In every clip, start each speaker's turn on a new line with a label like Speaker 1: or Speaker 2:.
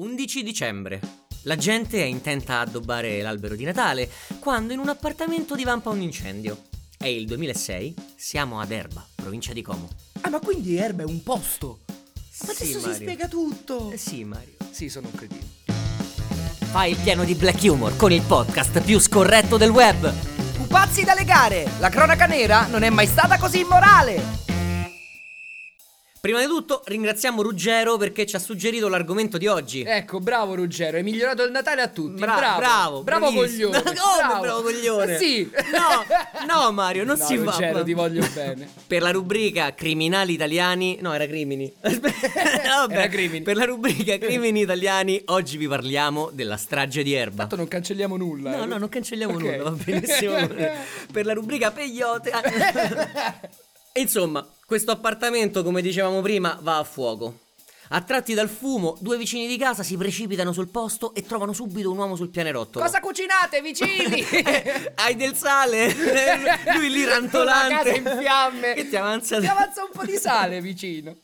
Speaker 1: 11 dicembre. La gente è intenta a addobbare l'albero di Natale quando in un appartamento divampa un incendio. È il 2006, siamo ad Erba, provincia di Como.
Speaker 2: Ah, ma quindi Erba è un posto. Ma adesso si spiega tutto.
Speaker 1: Eh sì, Mario.
Speaker 2: Sì, sono un cretino.
Speaker 1: Fai il piano di Black Humor con il podcast più scorretto del web.
Speaker 2: Pupazzi da legare. La cronaca nera non è mai stata così immorale.
Speaker 1: Prima di tutto ringraziamo Ruggero perché ci ha suggerito l'argomento di oggi.
Speaker 2: Ecco, bravo Ruggero, hai migliorato il Natale a tutti.
Speaker 1: Bra-
Speaker 2: Eh, bravo,
Speaker 1: bravo,
Speaker 2: bravo
Speaker 1: bravissimo.
Speaker 2: coglione.
Speaker 1: Come
Speaker 2: bravo.
Speaker 1: bravo coglione?
Speaker 2: Sì.
Speaker 1: No, no Mario, non
Speaker 2: No,
Speaker 1: si fa.
Speaker 2: Ruggero, ti voglio bene.
Speaker 1: Per la rubrica Criminali Italiani, no, era Crimini. Vabbè,
Speaker 2: Era crimini.
Speaker 1: Per la rubrica Crimini Italiani, oggi vi parliamo della strage di Erba.
Speaker 2: Tanto non cancelliamo nulla.
Speaker 1: No,
Speaker 2: eh.
Speaker 1: no, non cancelliamo
Speaker 2: Ok.
Speaker 1: nulla, va benissimo. per la rubrica Peyote. E Insomma, questo appartamento, come dicevamo prima, va a fuoco. Attratti dal fumo, due vicini di casa si precipitano sul posto e trovano subito un uomo sul pianerottolo.
Speaker 2: Cosa cucinate, vicini?
Speaker 1: Eh, Hai del sale? Eh, Lui lì rantolante.
Speaker 2: La casa in fiamme.
Speaker 1: Che ti avanza?
Speaker 2: Ti avanza un po' di sale vicino.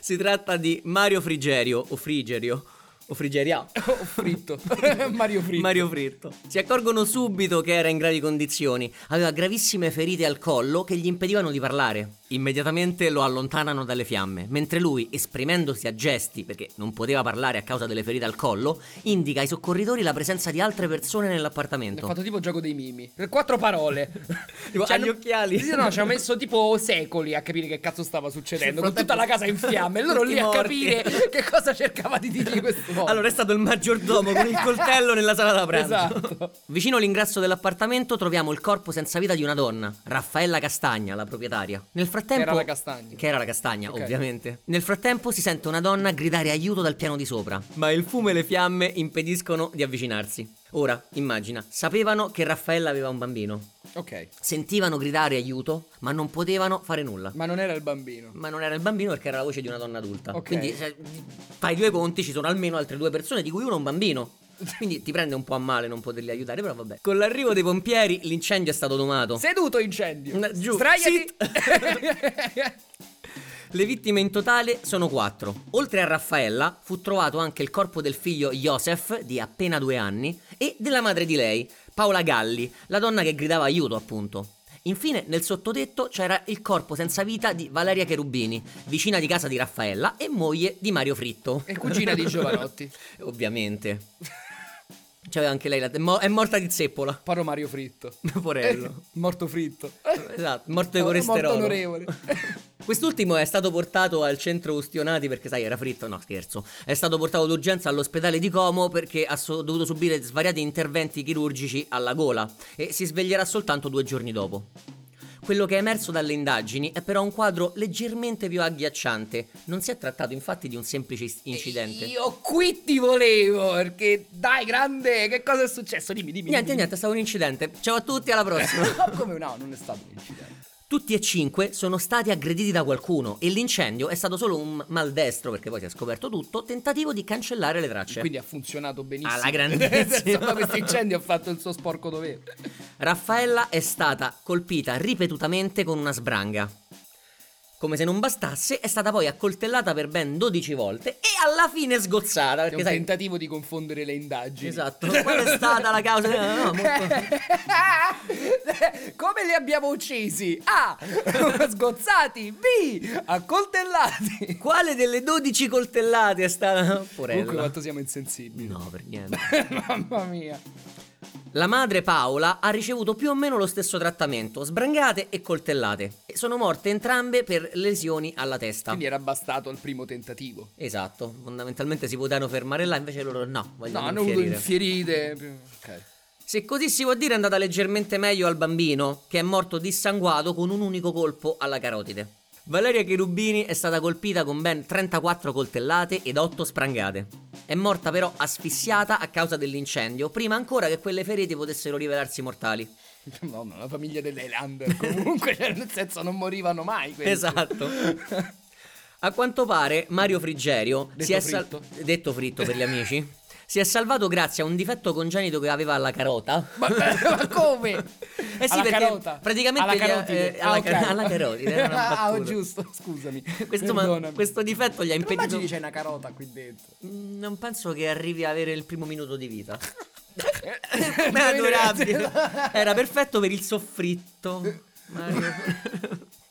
Speaker 1: si tratta di Mario Frigerio o Frigerio o Frigeria.
Speaker 2: Oh, fritto. Mario Fritto.
Speaker 1: Mario Fritto. Si accorgono subito che era in gravi condizioni. Aveva gravissime ferite al collo che gli impedivano di parlare. Immediatamente lo allontanano dalle fiamme, mentre lui, esprimendosi a gesti perché non poteva parlare a causa delle ferite al collo, indica ai soccorritori la presenza di altre persone
Speaker 2: Ha
Speaker 1: nell'appartamento.
Speaker 2: fatto tipo gioco dei mimi. Per quattro parole.
Speaker 1: Tipo,
Speaker 2: Ci hanno-
Speaker 1: agli occhiali.
Speaker 2: Sì, no, ci hanno messo tipo secoli a capire che cazzo stava succedendo.
Speaker 1: Nel
Speaker 2: Con tutta la
Speaker 1: frattempo-
Speaker 2: casa in fiamme. E loro
Speaker 1: Tutti
Speaker 2: lì a
Speaker 1: morti.
Speaker 2: capire che cosa cercava di dirgli questo uomo.
Speaker 1: Allora è stato il maggiordomo con il coltello nella sala da pranzo.
Speaker 2: Esatto.
Speaker 1: Vicino all'ingresso dell'appartamento troviamo il corpo senza vita di una donna, Raffaella Castagna, la proprietaria. Nel frattempo
Speaker 2: Era la castagna.
Speaker 1: Che era la castagna,
Speaker 2: Ok.
Speaker 1: ovviamente. Nel frattempo si sente una donna gridare aiuto dal piano di sopra, ma il fumo e le fiamme impediscono di avvicinarsi. Ora, immagina, sapevano che Raffaella aveva un bambino.
Speaker 2: Ok.
Speaker 1: Sentivano gridare aiuto, ma non potevano fare nulla.
Speaker 2: Ma non era il bambino.
Speaker 1: Ma non era il bambino perché era la voce di una donna adulta.
Speaker 2: Ok.
Speaker 1: Quindi se- fai due conti, ci sono almeno altre due persone, di cui uno è un bambino. Quindi ti prende un po' a male non poterli aiutare, però vabbè. Con l'arrivo dei pompieri l'incendio è stato domato.
Speaker 2: Seduto incendio.
Speaker 1: No, giù.
Speaker 2: Sdraiati.
Speaker 1: Le vittime in totale sono quattro. Oltre a Raffaella fu trovato anche il corpo del figlio Joseph, di appena due anni, e della madre di lei, Paola Galli, la donna che gridava aiuto appunto. Infine nel sottotetto c'era il corpo senza vita di Valeria Cherubini, vicina di casa di Raffaella e moglie di Mario Fritto.
Speaker 2: e cugina di Giovanotti.
Speaker 1: Ovviamente. C'aveva anche lei la... è mo- è morta di zeppola.
Speaker 2: Paro Mario Fritto.
Speaker 1: Porello.
Speaker 2: Morto fritto.
Speaker 1: Esatto, morto di
Speaker 2: Morto
Speaker 1: colesterolo.
Speaker 2: onorevole.
Speaker 1: Quest'ultimo è stato portato al centro ustionati perché, sai, era fritto. No, scherzo. È stato portato d'urgenza all'ospedale di Como perché ha so- dovuto subire svariati interventi chirurgici alla gola e si sveglierà soltanto due giorni dopo. Quello che è emerso dalle indagini è però un quadro leggermente più agghiacciante. Non si è trattato infatti di un semplice is- incidente.
Speaker 2: Eh, Io qui ti volevo perché dai grande, che cosa è successo? Dimmi, dimmi.
Speaker 1: Niente,
Speaker 2: dimmi,
Speaker 1: niente, è stato un incidente. Ciao a tutti, alla prossima.
Speaker 2: dimmi. No, come no, non è stato un incidente.
Speaker 1: Tutti e cinque sono stati aggrediti da qualcuno e l'incendio è stato solo un maldestro, perché poi si è scoperto tutto, tentativo di cancellare le tracce.
Speaker 2: Quindi ha funzionato benissimo.
Speaker 1: Cioè, Alla grandissima.
Speaker 2: Insomma, questo incendio ha fatto il suo sporco dovere.
Speaker 1: Raffaella è stata colpita ripetutamente con una sbranga. Come se non bastasse, è stata poi accoltellata per ben 12 volte e alla fine sgozzata.
Speaker 2: È un
Speaker 1: Perché sai,
Speaker 2: tentativo di confondere le indagini.
Speaker 1: Esatto, qual è stata la causa? No, no, no, molto-
Speaker 2: Come li abbiamo uccisi? A. Sgozzati. B. Accoltellati.
Speaker 1: Quale delle 12 coltellate è stata?
Speaker 2: Comunque
Speaker 1: Porella.
Speaker 2: quanto siamo insensibili.
Speaker 1: No, per niente.
Speaker 2: Mamma mia.
Speaker 1: La madre Paola ha ricevuto più o meno lo stesso trattamento, sbrangate e coltellate. E sono morte entrambe per lesioni alla testa.
Speaker 2: Quindi era bastato al primo tentativo.
Speaker 1: Esatto, fondamentalmente si potevano fermare là, invece loro no,
Speaker 2: No,
Speaker 1: vogliono
Speaker 2: hanno avuto
Speaker 1: infierire.
Speaker 2: infierite. Ok.
Speaker 1: Se così si può dire è andata leggermente meglio al bambino, che è morto dissanguato con un unico colpo alla carotide. Valeria Cherubini è stata colpita con ben 34 coltellate ed 8 sprangate. È morta però asfissiata a causa dell'incendio, prima ancora che quelle ferite potessero rivelarsi mortali.
Speaker 2: No, no, la famiglia dell'Highlander comunque, cioè, nel senso non morivano mai questi.
Speaker 1: Esatto. A quanto pare Mario Frigerio
Speaker 2: Detto
Speaker 1: si è sal-
Speaker 2: fritto.
Speaker 1: detto fritto per gli amici. Si è salvato grazie a un difetto congenito che aveva alla carota.
Speaker 2: Ma, ma come?
Speaker 1: Eh sì,
Speaker 2: alla
Speaker 1: perché
Speaker 2: carota.
Speaker 1: praticamente
Speaker 2: alla
Speaker 1: gli ha-
Speaker 2: carotide. Ah,
Speaker 1: eh, alla
Speaker 2: ok.
Speaker 1: car- alla carotide, era una
Speaker 2: ah, oh,
Speaker 1: battuta.
Speaker 2: giusto, scusami.
Speaker 1: Questo, ma-
Speaker 2: Perdonami.
Speaker 1: questo difetto gli ha
Speaker 2: Te lo
Speaker 1: impedito.
Speaker 2: Immagini c'è una carota qui dentro.
Speaker 1: Mm, Non penso che arrivi a avere il primo minuto di vita. Ma è
Speaker 2: Dove
Speaker 1: adorabile.
Speaker 2: ragazzi-
Speaker 1: Era perfetto per il soffritto. Mario.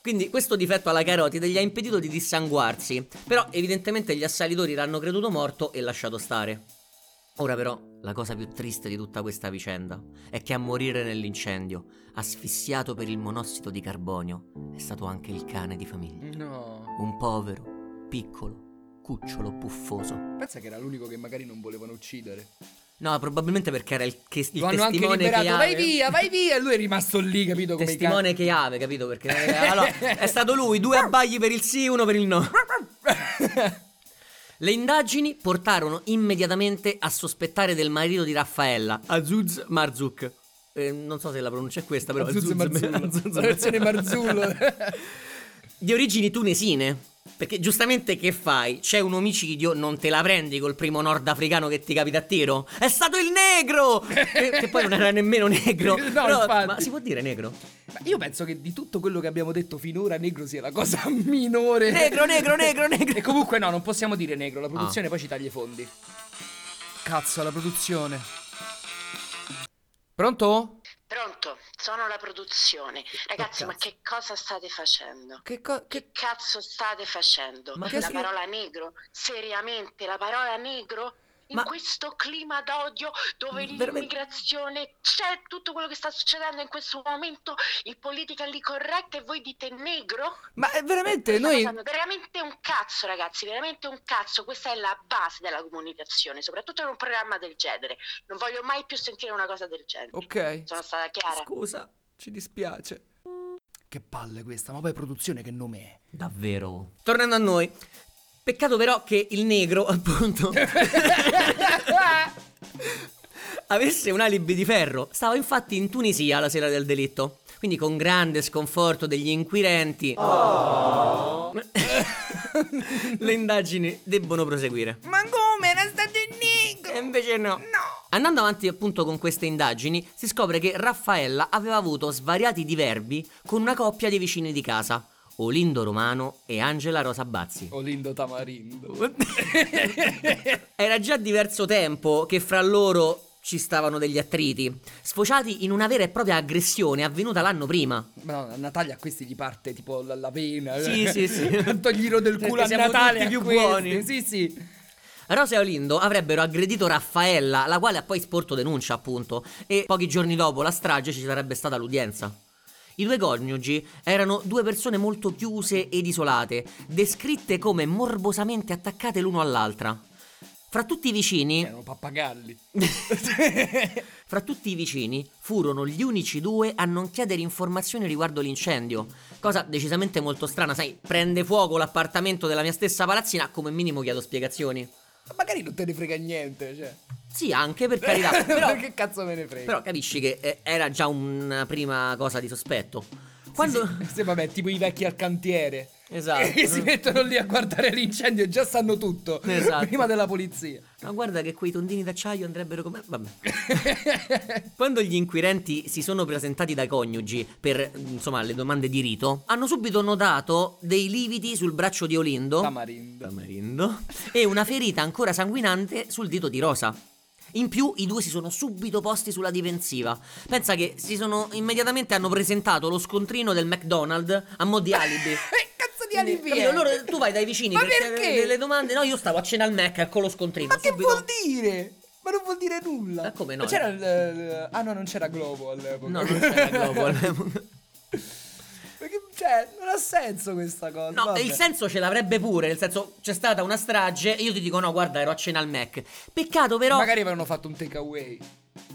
Speaker 1: Quindi questo difetto alla carotide gli ha impedito di dissanguarsi, però evidentemente gli assalitori l'hanno creduto morto e lasciato stare. Ora però la cosa più triste di tutta questa vicenda è che a morire nell'incendio, asfissiato per il monossido di carbonio, è stato anche il cane di famiglia.
Speaker 2: No.
Speaker 1: Un povero, piccolo, cucciolo puffoso.
Speaker 2: Pensa che era l'unico che magari non volevano uccidere.
Speaker 1: No, probabilmente perché era il, che, il
Speaker 2: Lo hanno anche
Speaker 1: testimone che eh.
Speaker 2: liberato. Vai
Speaker 1: ave.
Speaker 2: via, vai via. E lui è rimasto lì, capito? Come i cani.
Speaker 1: testimone che ave, capito? Perché eh, allora, è stato lui, due abbagli per il sì, uno per il no. Le indagini portarono immediatamente a sospettare del marito di Raffaella, Azuz Marzuk. Eh, non so se la pronuncia è questa, però
Speaker 2: Marzuzzo e Marzullo.
Speaker 1: Azuz-
Speaker 2: La versione Marzullo.
Speaker 1: di origini tunisine. Perché giustamente che fai? C'è un omicidio, non te la prendi col primo nordafricano che ti capita a tiro? È stato il negro! che, che poi non era nemmeno negro.
Speaker 2: No,
Speaker 1: Però-
Speaker 2: infatti.
Speaker 1: ma si può dire negro?
Speaker 2: Ma Io penso che di tutto quello che abbiamo detto finora, negro sia la cosa minore.
Speaker 1: Negro, negro, negro, negro.
Speaker 2: E comunque no, non possiamo dire negro, la produzione poi ci taglia i fondi. Cazzo, la produzione. Pronto?
Speaker 3: Pronto, sono la produzione. Ragazzi, ma
Speaker 2: cazzo.
Speaker 3: che cosa state facendo?
Speaker 2: Che cosa?
Speaker 3: Che cazzo state facendo?
Speaker 1: Ma
Speaker 3: la
Speaker 1: che-
Speaker 3: parola negro? Seriamente, la parola negro? In
Speaker 1: Ma-
Speaker 3: questo clima d'odio dove
Speaker 1: Veramente-
Speaker 3: l'immigrazione c'è, tutto quello che sta succedendo in questo momento, il politically correct e voi dite negro?
Speaker 2: Ma è veramente
Speaker 3: Questa
Speaker 2: noi...
Speaker 3: cosa è veramente un cazzo, ragazzi, veramente un cazzo. Questa è la base della comunicazione, soprattutto in un programma del genere. Non voglio mai più sentire una cosa del genere.
Speaker 2: Ok.
Speaker 3: Sono stata chiara.
Speaker 2: Scusa, ci dispiace. Che palle questa, ma poi produzione che nome è?
Speaker 1: Davvero. Tornando a noi. Peccato però che il negro, appunto,
Speaker 2: Eh,
Speaker 1: avesse un alibi di ferro. Stava infatti in Tunisia la sera del delitto. Quindi con grande sconforto degli inquirenti... Le indagini debbono proseguire.
Speaker 2: ma come? Era stato il negro!
Speaker 1: E invece no. Andando avanti appunto con queste indagini, si scopre che Raffaella aveva avuto svariati diverbi con una coppia di vicini di casa, Olindo Romano e Angela Rosa Bazzi.
Speaker 2: Olindo Tamarindo.
Speaker 1: Era già diverso tempo che fra loro ci stavano degli attriti, sfociati in una vera e propria aggressione avvenuta l'anno prima.
Speaker 2: Ma no, a Natale a questi gli parte tipo la, eh. la vena.
Speaker 1: Sì, sì, sì.
Speaker 2: Toglierò del
Speaker 1: Perché
Speaker 2: culo a
Speaker 1: siamo
Speaker 2: Natale
Speaker 1: tutti
Speaker 2: a
Speaker 1: più
Speaker 2: questi.
Speaker 1: buoni.
Speaker 2: Sì, sì.
Speaker 1: Rosa e Olindo avrebbero aggredito Raffaella, la quale ha poi sporto denuncia, appunto, e pochi giorni dopo la strage ci sarebbe stata l'udienza. I due coniugi erano due persone molto chiuse ed isolate, descritte come morbosamente attaccate l'uno all'altra. Fra tutti i vicini,
Speaker 2: Erano pappagalli.
Speaker 1: fra tutti i vicini, furono gli unici due a non chiedere informazioni riguardo l'incendio, cosa decisamente molto strana, sai, prende fuoco l'appartamento della mia stessa palazzina, come minimo chiedo spiegazioni.
Speaker 2: Ma Magari non te ne frega niente, cioè.
Speaker 1: Sì, anche per carità, però
Speaker 2: che cazzo me ne frega?
Speaker 1: Però capisci che eh, era già una prima cosa di sospetto. Quando...
Speaker 2: Sì, vabbè, tipo i vecchi al cantiere.
Speaker 1: Esatto.
Speaker 2: Che si mettono lì a guardare l'incendio e già sanno tutto.
Speaker 1: Esatto.
Speaker 2: Prima della polizia.
Speaker 1: No, guarda che quei tondini d'acciaio andrebbero come... Vabbè. Quando gli inquirenti si sono presentati dai coniugi per, insomma, le domande di rito, hanno subito notato dei lividi sul braccio di Olindo.
Speaker 2: Tamarindo.
Speaker 1: Tamarindo. E una ferita ancora sanguinante sul dito di Rosa. In più i due si sono subito posti sulla difensiva. Pensa che si sono immediatamente hanno presentato lo scontrino del McDonald's a mo' di alibi.
Speaker 2: Eh, cazzo di
Speaker 1: Quindi,
Speaker 2: alibi.
Speaker 1: capito,
Speaker 2: è?
Speaker 1: loro- tu vai dai vicini
Speaker 2: Ma
Speaker 1: per chiedere
Speaker 2: perché?
Speaker 1: delle domande. No, io stavo a cena al Mac con lo scontrino.
Speaker 2: Ma che
Speaker 1: subito.
Speaker 2: vuol dire? Ma non vuol dire nulla.
Speaker 1: Ma come no?
Speaker 2: Ma c'era il, eh, Ah no, non c'era Globo all'epoca.
Speaker 1: No, non c'era Global.
Speaker 2: Perché, cioè, non ha senso questa cosa.
Speaker 1: No,
Speaker 2: vabbè.
Speaker 1: il senso ce l'avrebbe pure. Nel senso, c'è stata una strage. E io ti dico: no, guarda, ero a cena al Mac. Peccato, però.
Speaker 2: Magari avevano fatto un takeaway.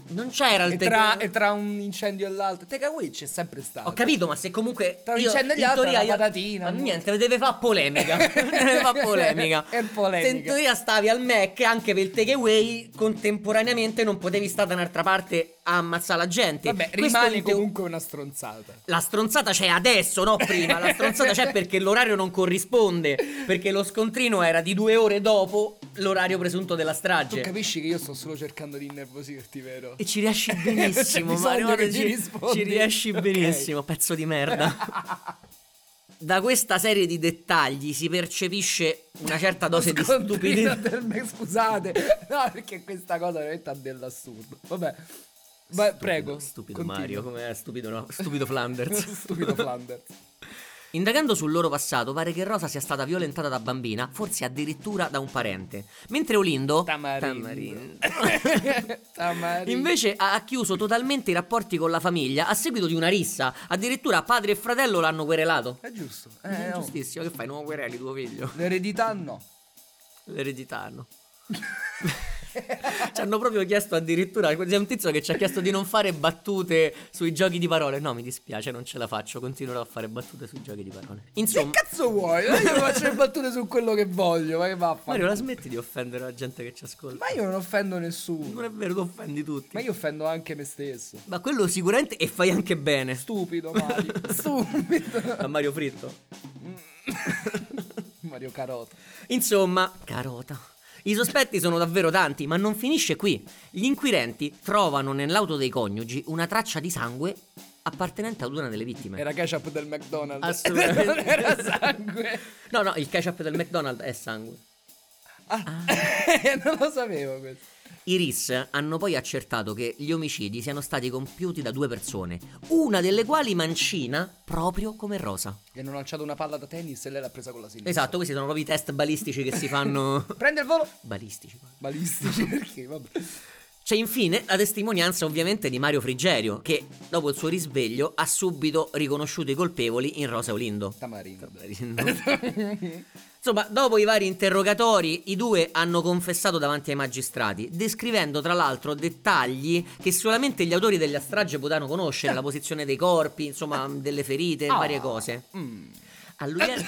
Speaker 1: Non c'era il
Speaker 2: E
Speaker 1: take-
Speaker 2: tra, e tra un incendio e l'altro. Takeaway c'è sempre stato.
Speaker 1: Ho capito, ma se comunque.
Speaker 2: Tra
Speaker 1: io,
Speaker 2: l'incendio e gli
Speaker 1: in
Speaker 2: altri,
Speaker 1: teoria
Speaker 2: la
Speaker 1: io-
Speaker 2: patatina,
Speaker 1: Ma
Speaker 2: no?
Speaker 1: niente, deve fare polemica. deve fare polemica.
Speaker 2: È polemica.
Speaker 1: Se in teoria stavi al Mac anche per il takeaway, contemporaneamente non potevi stare da un'altra parte a ammazzare la gente.
Speaker 2: Vabbè,
Speaker 1: Questo
Speaker 2: rimane
Speaker 1: in teo-
Speaker 2: comunque una stronzata.
Speaker 1: La stronzata c'è adesso, no prima. La stronzata c'è perché l'orario non corrisponde. Perché lo scontrino era di due ore dopo l'orario presunto della
Speaker 2: Tu
Speaker 1: strage.
Speaker 2: capisci che io sto solo cercando di innervosirti, vero?
Speaker 1: Cioè. E ci riesci
Speaker 2: C'è
Speaker 1: benissimo, Mario.
Speaker 2: bisogno che
Speaker 1: guarda,
Speaker 2: ci
Speaker 1: Ci,
Speaker 2: rispondi.
Speaker 1: ci riesci
Speaker 2: Ok.
Speaker 1: benissimo, pezzo di merda. Da questa serie di dettagli si percepisce una certa dose di
Speaker 2: Scontrino
Speaker 1: stupidità.
Speaker 2: del me- Scusate, no, perché questa cosa veramente ha dell'assurdo. Vabbè, ma
Speaker 1: Stupido,
Speaker 2: prego.
Speaker 1: Stupido
Speaker 2: continua.
Speaker 1: Mario, come è stupido, no? Stupido Flanders.
Speaker 2: Stupido Flanders.
Speaker 1: Indagando sul loro passato, pare che Rosa sia stata violentata da bambina, forse addirittura da un parente. Mentre Olindo.
Speaker 2: Tamarindo.
Speaker 1: Tamarindo.
Speaker 2: Tamarindo.
Speaker 1: Invece ha ha chiuso totalmente i rapporti con la famiglia a seguito di una rissa. Addirittura padre e fratello l'hanno querelato.
Speaker 2: È giusto.
Speaker 1: è
Speaker 2: Eh, no.
Speaker 1: giustissimo, che fai? Non quereli tuo figlio.
Speaker 2: L'eredità no.
Speaker 1: L'ereditano. ci hanno proprio chiesto addirittura. C'è un tizio che ci ha chiesto di non fare battute sui giochi di parole. No, mi dispiace, non ce la faccio. Continuerò a fare battute sui giochi di parole.
Speaker 2: Che
Speaker 1: Insomma.
Speaker 2: cazzo vuoi? Io faccio le battute su quello che voglio, ma che vaffanculo.
Speaker 1: Mario, la smetti di offendere la gente che ci ascolta.
Speaker 2: Ma io non offendo nessuno.
Speaker 1: Non è vero, tu offendi tutti.
Speaker 2: Ma io offendo anche me stesso.
Speaker 1: Ma quello sicuramente e fai anche bene.
Speaker 2: Stupido Mario. Stupido.
Speaker 1: A Mario Fritto.
Speaker 2: Mario Carota.
Speaker 1: Insomma, carota. I sospetti sono davvero tanti, ma non finisce qui. Gli inquirenti trovano nell'auto dei coniugi una traccia di sangue appartenente ad una delle vittime.
Speaker 2: Era ketchup del McDonald's.
Speaker 1: Assolutamente.
Speaker 2: Non Era sangue.
Speaker 1: No, no, il ketchup del McDonald's è sangue.
Speaker 2: Ah. non lo sapevo questo.
Speaker 1: I RIS hanno poi accertato che gli omicidi siano stati compiuti da due persone, una delle quali mancina proprio come Rosa.
Speaker 2: Gli hanno lanciato una palla da tennis e lei l'ha presa con la sinistra.
Speaker 1: Esatto, questi sono proprio i test balistici che si fanno.
Speaker 2: Prende il volo.
Speaker 1: balistici. poi.
Speaker 2: Balistici perché? Vabbè.
Speaker 1: C'è infine la testimonianza ovviamente di Mario Frigerio, che dopo il suo risveglio ha subito riconosciuto i colpevoli in Rosa e Olindo.
Speaker 2: Tamarindo. Ah.
Speaker 1: Mm-hmm. Insomma, dopo i vari interrogatori, i due hanno confessato davanti ai magistrati, descrivendo tra l'altro dettagli che solamente gli autori della strage potranno conoscere, la posizione dei corpi, insomma, delle ferite,
Speaker 2: Ah.
Speaker 1: varie cose.
Speaker 2: Mm.
Speaker 1: All'udienza...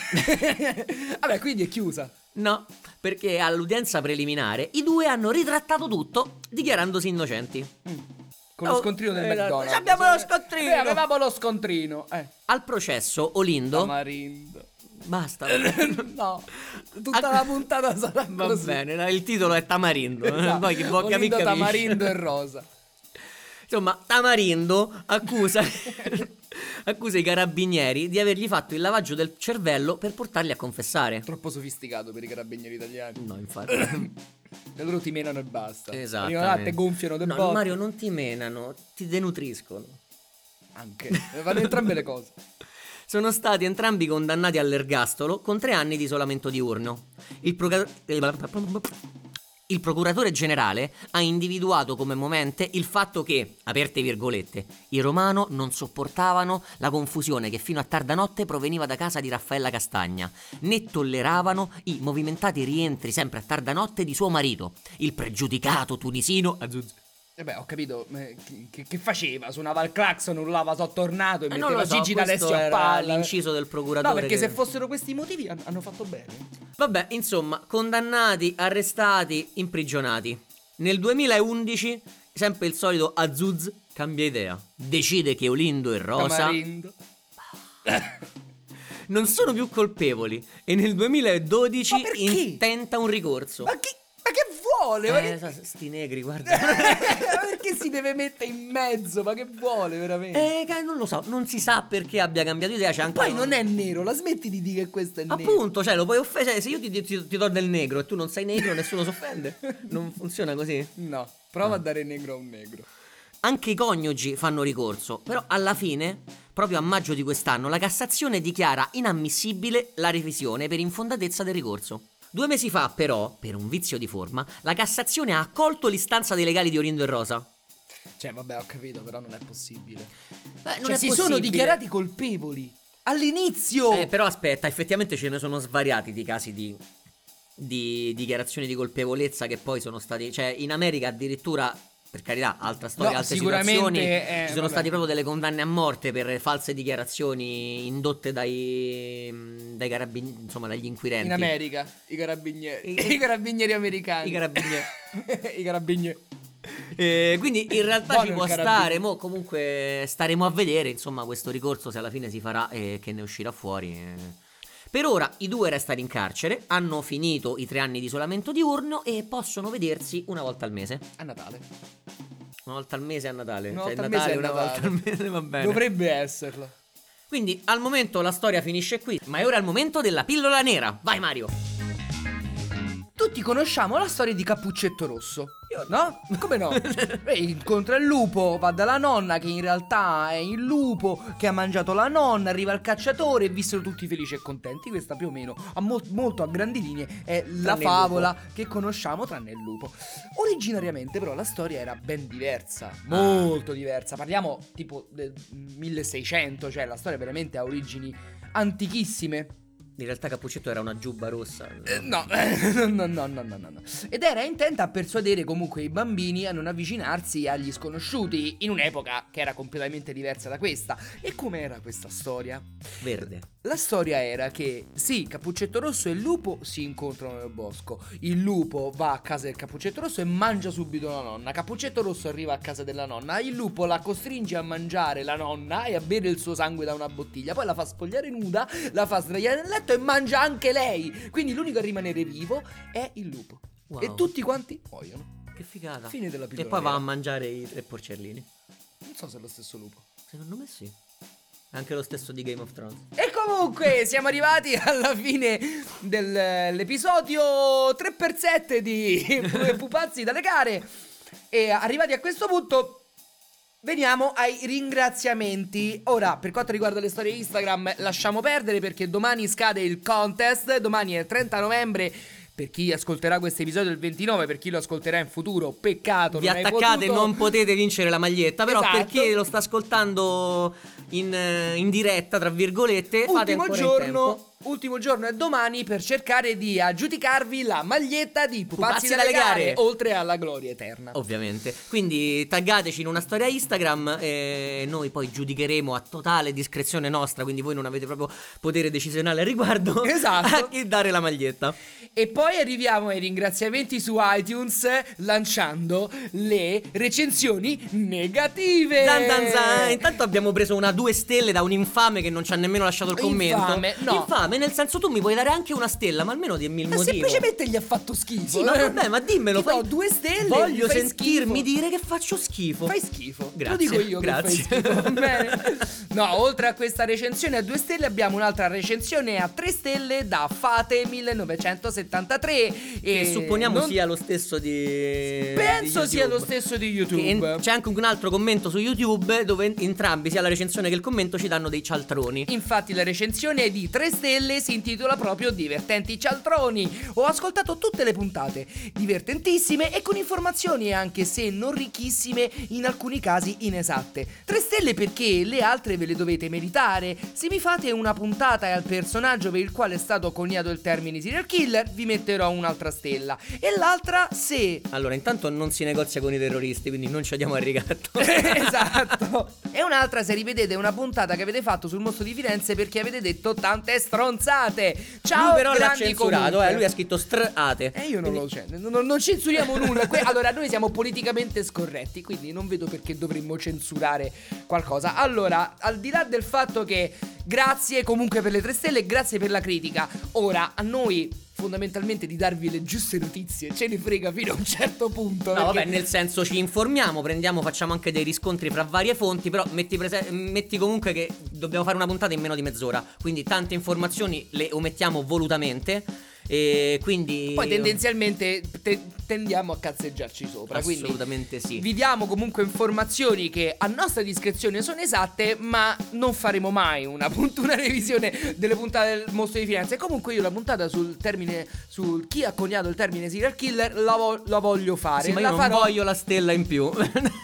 Speaker 2: Vabbè, quindi è chiusa.
Speaker 1: No, perché all'udienza preliminare i due hanno ritrattato tutto, dichiarandosi innocenti.
Speaker 2: Mm. Con
Speaker 1: Oh,
Speaker 2: lo scontrino del
Speaker 1: esatto.
Speaker 2: McDonald's.
Speaker 1: Abbiamo lo scontrino.
Speaker 2: Eh, avevamo lo scontrino. Eh.
Speaker 1: Al processo, Olindo...
Speaker 2: Tamarindo.
Speaker 1: Basta.
Speaker 2: no. Tutta
Speaker 1: Ah,
Speaker 2: la puntata sarà
Speaker 1: Va
Speaker 2: così.
Speaker 1: bene, no, il titolo è Tamarindo. eh,
Speaker 2: Esatto.
Speaker 1: Poi chi può capire,
Speaker 2: Olindo,
Speaker 1: capisce.
Speaker 2: Tamarindo e Rosa.
Speaker 1: Insomma, Tamarindo accusa, accusa i carabinieri di avergli fatto il lavaggio del cervello per portarli a confessare.
Speaker 2: Troppo sofisticato per i carabinieri italiani.
Speaker 1: No, infatti.
Speaker 2: E loro ti menano e basta.
Speaker 1: esatto.
Speaker 2: Arrivano là, ah, te gonfiano del
Speaker 1: No,
Speaker 2: botte.
Speaker 1: Mario, non ti menano, ti denutriscono.
Speaker 2: Anche. Eh, Vanno entrambe le cose.
Speaker 1: Sono stati entrambi condannati all'ergastolo con tre anni di isolamento diurno. Il, proca- eh, il procuratore generale ha individuato come momente il fatto che, aperte virgolette, i romano non sopportavano la confusione che fino a tarda notte proveniva da casa di Raffaella Castagna, né tolleravano i movimentati rientri sempre a tarda notte di suo marito, il pregiudicato tunisino Azuz.
Speaker 2: E Eh beh, ho capito. ma Che, che- che faceva? Suonava il clacson, urlava, sono tornato e
Speaker 1: Eh, non
Speaker 2: metteva
Speaker 1: lo so,
Speaker 2: Gigi
Speaker 1: questo
Speaker 2: d'Alessio a
Speaker 1: era
Speaker 2: palla.
Speaker 1: l'inciso del procuratore
Speaker 2: No, perché
Speaker 1: che-
Speaker 2: se fossero questi i motivi han- hanno fatto bene.
Speaker 1: Vabbè, insomma, condannati, arrestati, imprigionati. Nel 2011, sempre il solito Azuz cambia idea. Decide che Olindo e Rosa
Speaker 2: Tamarindo.
Speaker 1: non sono più colpevoli e nel 2012
Speaker 2: Ma perché?
Speaker 1: intenta un ricorso.
Speaker 2: Ma chi? Ma che vuole? Ma che-
Speaker 1: Eh, sa- sti negri, guarda.
Speaker 2: Ma perché si deve mettere in mezzo? Ma che vuole veramente?
Speaker 1: eh, ca- non lo so, non si sa perché abbia cambiato idea, c'è anche
Speaker 2: Poi non è nero, la smetti di dire che questo è nero.
Speaker 1: Appunto, cioè, lo puoi offendere. Se io ti, ti, ti do del negro e tu non sei negro, nessuno si offende. Non funziona così.
Speaker 2: No, prova
Speaker 1: Ah.
Speaker 2: a dare negro a un negro.
Speaker 1: Anche i coniugi fanno ricorso, però alla fine, proprio a maggio di quest'anno, la Cassazione dichiara inammissibile la revisione per infondatezza del ricorso. Due mesi fa, però, per un vizio di forma, la Cassazione ha accolto l'istanza dei legali di Orindo e Rosa.
Speaker 2: Cioè, vabbè, ho capito, però non è possibile.
Speaker 1: Beh,
Speaker 2: cioè, si sono dichiarati colpevoli all'inizio.
Speaker 1: Eh, però aspetta, effettivamente ce ne sono svariati di casi di, di dichiarazioni di colpevolezza che poi sono stati. Cioè, in America addirittura per carità, altra storia,
Speaker 2: No,
Speaker 1: altre
Speaker 2: sicuramente,
Speaker 1: situazioni.
Speaker 2: eh,
Speaker 1: Ci sono
Speaker 2: vabbè.
Speaker 1: stati proprio delle condanne a morte per false dichiarazioni indotte dai, dai carabinieri, insomma, dagli inquirenti.
Speaker 2: In America, i carabinieri.
Speaker 1: I-
Speaker 2: I, carabinieri americani.
Speaker 1: i carabinieri.
Speaker 2: I carabinieri.
Speaker 1: Eh, quindi in realtà ci
Speaker 2: Buono
Speaker 1: può
Speaker 2: il carabinieri.
Speaker 1: stare, mo comunque staremo a vedere, insomma, questo ricorso se alla fine si farà e che ne uscirà fuori. eh. Per ora i due restano in carcere, hanno finito i tre anni di isolamento diurno e possono vedersi una volta al mese.
Speaker 2: A Natale.
Speaker 1: Una volta al mese a Natale.
Speaker 2: Una
Speaker 1: cioè
Speaker 2: volta al
Speaker 1: Natale,
Speaker 2: mese a
Speaker 1: una volta al
Speaker 2: Natale.
Speaker 1: mese, va bene.
Speaker 2: Dovrebbe esserlo.
Speaker 1: Quindi al momento la storia finisce qui, ma è ora il momento della pillola nera. Vai Mario!
Speaker 2: Tutti conosciamo la storia di Cappuccetto Rosso. No? Come no? Eh, incontra il lupo, va dalla nonna che in realtà è il lupo che ha mangiato la nonna, arriva il cacciatore e vissero tutti felici e contenti. Questa più o meno, a mol- molto a grandi linee, è la
Speaker 1: Tranne il
Speaker 2: favola che conosciamo tranne il lupo. Originariamente però la storia era ben diversa, molto diversa. Parliamo tipo del 1600, cioè la storia veramente ha origini antichissime.
Speaker 1: In realtà Cappuccetto era una giubba rossa.
Speaker 2: Eh, No, no, no, no, no, no, no. Ed era intenta a persuadere comunque i bambini a non avvicinarsi agli sconosciuti in un'epoca che era completamente diversa da questa. E com'era questa storia?
Speaker 1: Verde.
Speaker 2: La storia era che, sì, Cappuccetto Rosso e il lupo si incontrano nel bosco. Il lupo va a casa del Cappuccetto Rosso e mangia subito la nonna. Cappuccetto Rosso arriva a casa della nonna. Il lupo la costringe a mangiare la nonna e a bere il suo sangue da una bottiglia. Poi la fa spogliare nuda, la fa sdraiare nel letto e mangia anche lei. Quindi l'unico a rimanere vivo è il lupo.
Speaker 1: Wow.
Speaker 2: E tutti quanti muoiono.
Speaker 1: Che figata.
Speaker 2: Fine della
Speaker 1: e
Speaker 2: pillola.
Speaker 1: poi va a
Speaker 2: nera.
Speaker 1: mangiare i tre porcellini.
Speaker 2: Non so se è lo stesso lupo.
Speaker 1: Secondo me sì. Anche lo stesso di Game of Thrones.
Speaker 2: E comunque siamo arrivati alla fine dell'episodio 3x7 di Pu- Pupazzi dalle gare. E arrivati a questo punto veniamo ai ringraziamenti. Ora, per quanto riguarda le storie Instagram, lasciamo perdere perché domani scade il contest, domani è il 30 novembre. Per chi ascolterà questo episodio il 29, per chi lo ascolterà in futuro, peccato.
Speaker 1: Vi
Speaker 2: non hai
Speaker 1: attaccate,
Speaker 2: potuto-
Speaker 1: non potete vincere la maglietta. Però
Speaker 2: Esatto.
Speaker 1: per chi lo sta ascoltando in, eh, in diretta, tra virgolette, fate
Speaker 2: Ultimo
Speaker 1: ancora in tempo.
Speaker 2: giorno, ultimo giorno è domani per cercare di aggiudicarvi la maglietta di Pupazzi,
Speaker 1: Pupazzi dalle
Speaker 2: dalle gare,
Speaker 1: gare.
Speaker 2: oltre alla gloria eterna.
Speaker 1: Ovviamente. Quindi taggateci in una storia Instagram e noi poi giudicheremo a totale discrezione nostra, quindi voi non avete proprio potere decisionale al riguardo.
Speaker 2: Esatto.
Speaker 1: A chi dare la maglietta.
Speaker 2: E poi arriviamo ai ringraziamenti su iTunes eh, lanciando le recensioni negative.
Speaker 1: Zan, zan, zan. Intanto abbiamo preso una due stelle da un infame che non ci ha nemmeno lasciato il commento.
Speaker 2: Infame, no.
Speaker 1: Infame, nel senso tu mi puoi dare anche una stella, ma almeno dimmi il
Speaker 2: Ma
Speaker 1: motivo.
Speaker 2: semplicemente gli ha fatto schifo. eh.
Speaker 1: Sì, ma vabbè, ma dimmelo.
Speaker 2: Ti do due stelle,
Speaker 1: Voglio
Speaker 2: fai
Speaker 1: sentirmi
Speaker 2: schifo.
Speaker 1: dire che faccio schifo.
Speaker 2: Fai schifo.
Speaker 1: Grazie,
Speaker 2: Lo dico io
Speaker 1: grazie.
Speaker 2: che fai schifo. va Bene. No, oltre a questa recensione a 2 stelle abbiamo un'altra recensione a 3 stelle da Fate 1973 e
Speaker 1: Che supponiamo
Speaker 2: non-
Speaker 1: sia lo stesso di.
Speaker 2: Penso
Speaker 1: di
Speaker 2: sia lo
Speaker 1: YouTube.
Speaker 2: stesso di
Speaker 1: Che in- cioè,
Speaker 2: YouTube.
Speaker 1: c'è anche un altro commento su YouTube dove en- entrambi, sia la recensione che il commento, ci danno dei cialtroni.
Speaker 2: Infatti la recensione di 3 stelle si intitola proprio Divertenti cialtroni. Ho ascoltato tutte le puntate, divertentissime e con informazioni anche se non ricchissime, in alcuni casi inesatte. 3 stelle perché le altre ve le dovete meritare. Se mi fate una puntata al personaggio per il quale è stato coniato il termine serial killer, vi metterò un'altra stella. E l'altra se
Speaker 1: Allora, intanto non si negozia con i terroristi, quindi non ci andiamo al ricatto.
Speaker 2: esatto. E un'altra se rivedete una puntata che avete fatto sul mostro di Firenze perché avete detto tante stronzate. Ciao,
Speaker 1: lui però l'ha
Speaker 2: grandi
Speaker 1: censurato,
Speaker 2: comunque.
Speaker 1: eh, lui ha scritto strate.
Speaker 2: E io non lo cioè, non, non censuriamo nulla. Que- allora, noi siamo politicamente scorretti, quindi non vedo perché dovremmo censurare qualcosa. Allora, al di là del fatto che grazie comunque per le tre stelle, e grazie per la critica. Ora, a noi fondamentalmente di darvi le giuste notizie ce ne frega fino a un certo punto.
Speaker 1: No,
Speaker 2: perché-
Speaker 1: vabbè, nel senso ci informiamo, prendiamo, facciamo anche dei riscontri fra varie fonti, però metti, prese- metti comunque che dobbiamo fare una puntata in meno di mezz'ora, quindi tante informazioni le omettiamo volutamente e quindi...
Speaker 2: Poi tendenzialmente te- tendiamo a cazzeggiarci sopra. Quindi
Speaker 1: Assolutamente sì.
Speaker 2: vi diamo comunque informazioni che a nostra discrezione sono esatte, ma non faremo mai una, punt- una revisione delle puntate del mostro di Firenze. Comunque io la puntata sul termine, su chi ha coniato il termine serial killer, la, vo- la voglio fare.
Speaker 1: Sì, ma
Speaker 2: la
Speaker 1: io non
Speaker 2: farò-
Speaker 1: voglio la stella in più.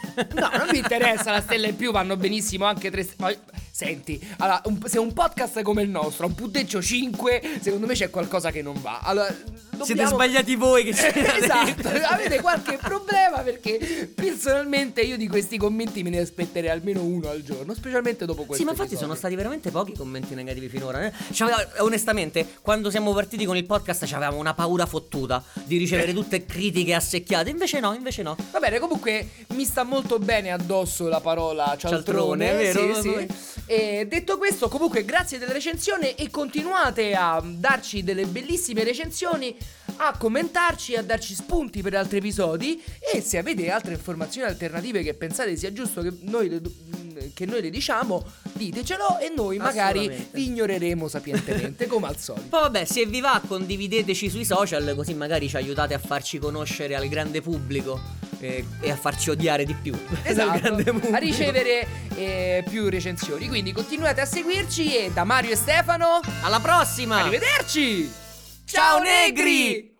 Speaker 2: No, non mi interessa la stella in più, vanno benissimo anche tre stelle. Senti, allora, un- se un podcast come il nostro, ha un punteggio 5, secondo me c'è qualcosa che non va. Allora,
Speaker 1: Siete
Speaker 2: dobbiamo-
Speaker 1: sbagliati voi che siete
Speaker 2: esatto, avete qualche problema perché personalmente io di questi commenti me ne aspetterei almeno uno al giorno, specialmente dopo questo.
Speaker 1: Sì, ma infatti sono stati veramente pochi i commenti negativi finora. eh. C'aveva- onestamente, quando siamo partiti con il podcast, avevamo una paura fottuta di ricevere tutte critiche assecchiate. Invece no, invece no.
Speaker 2: Va bene, comunque mi sta molto bene addosso la parola cialtrone,
Speaker 1: Cialtrone, è vero?
Speaker 2: Sì, sì. E detto questo, comunque grazie della recensione e continuate a darci delle bellissime recensioni, a commentarci, a darci spunti per altri episodi e se avete altre informazioni alternative che pensate sia giusto che noi le, mm, che noi le diciamo, ditecelo e noi magari
Speaker 1: Assolutamente.
Speaker 2: vi ignoreremo sapientemente come al solito.
Speaker 1: Poi vabbè, se vi va, condivideteci sui social, così magari ci aiutate a farci conoscere al grande pubblico eh, e a farci odiare di più. dal
Speaker 2: Esatto,
Speaker 1: grande pubblico.
Speaker 2: a ricevere eh, più recensioni. Quindi continuate a seguirci e da Mario e Stefano,
Speaker 1: Alla prossima!
Speaker 2: arrivederci!
Speaker 1: Ciao, Ah. negri!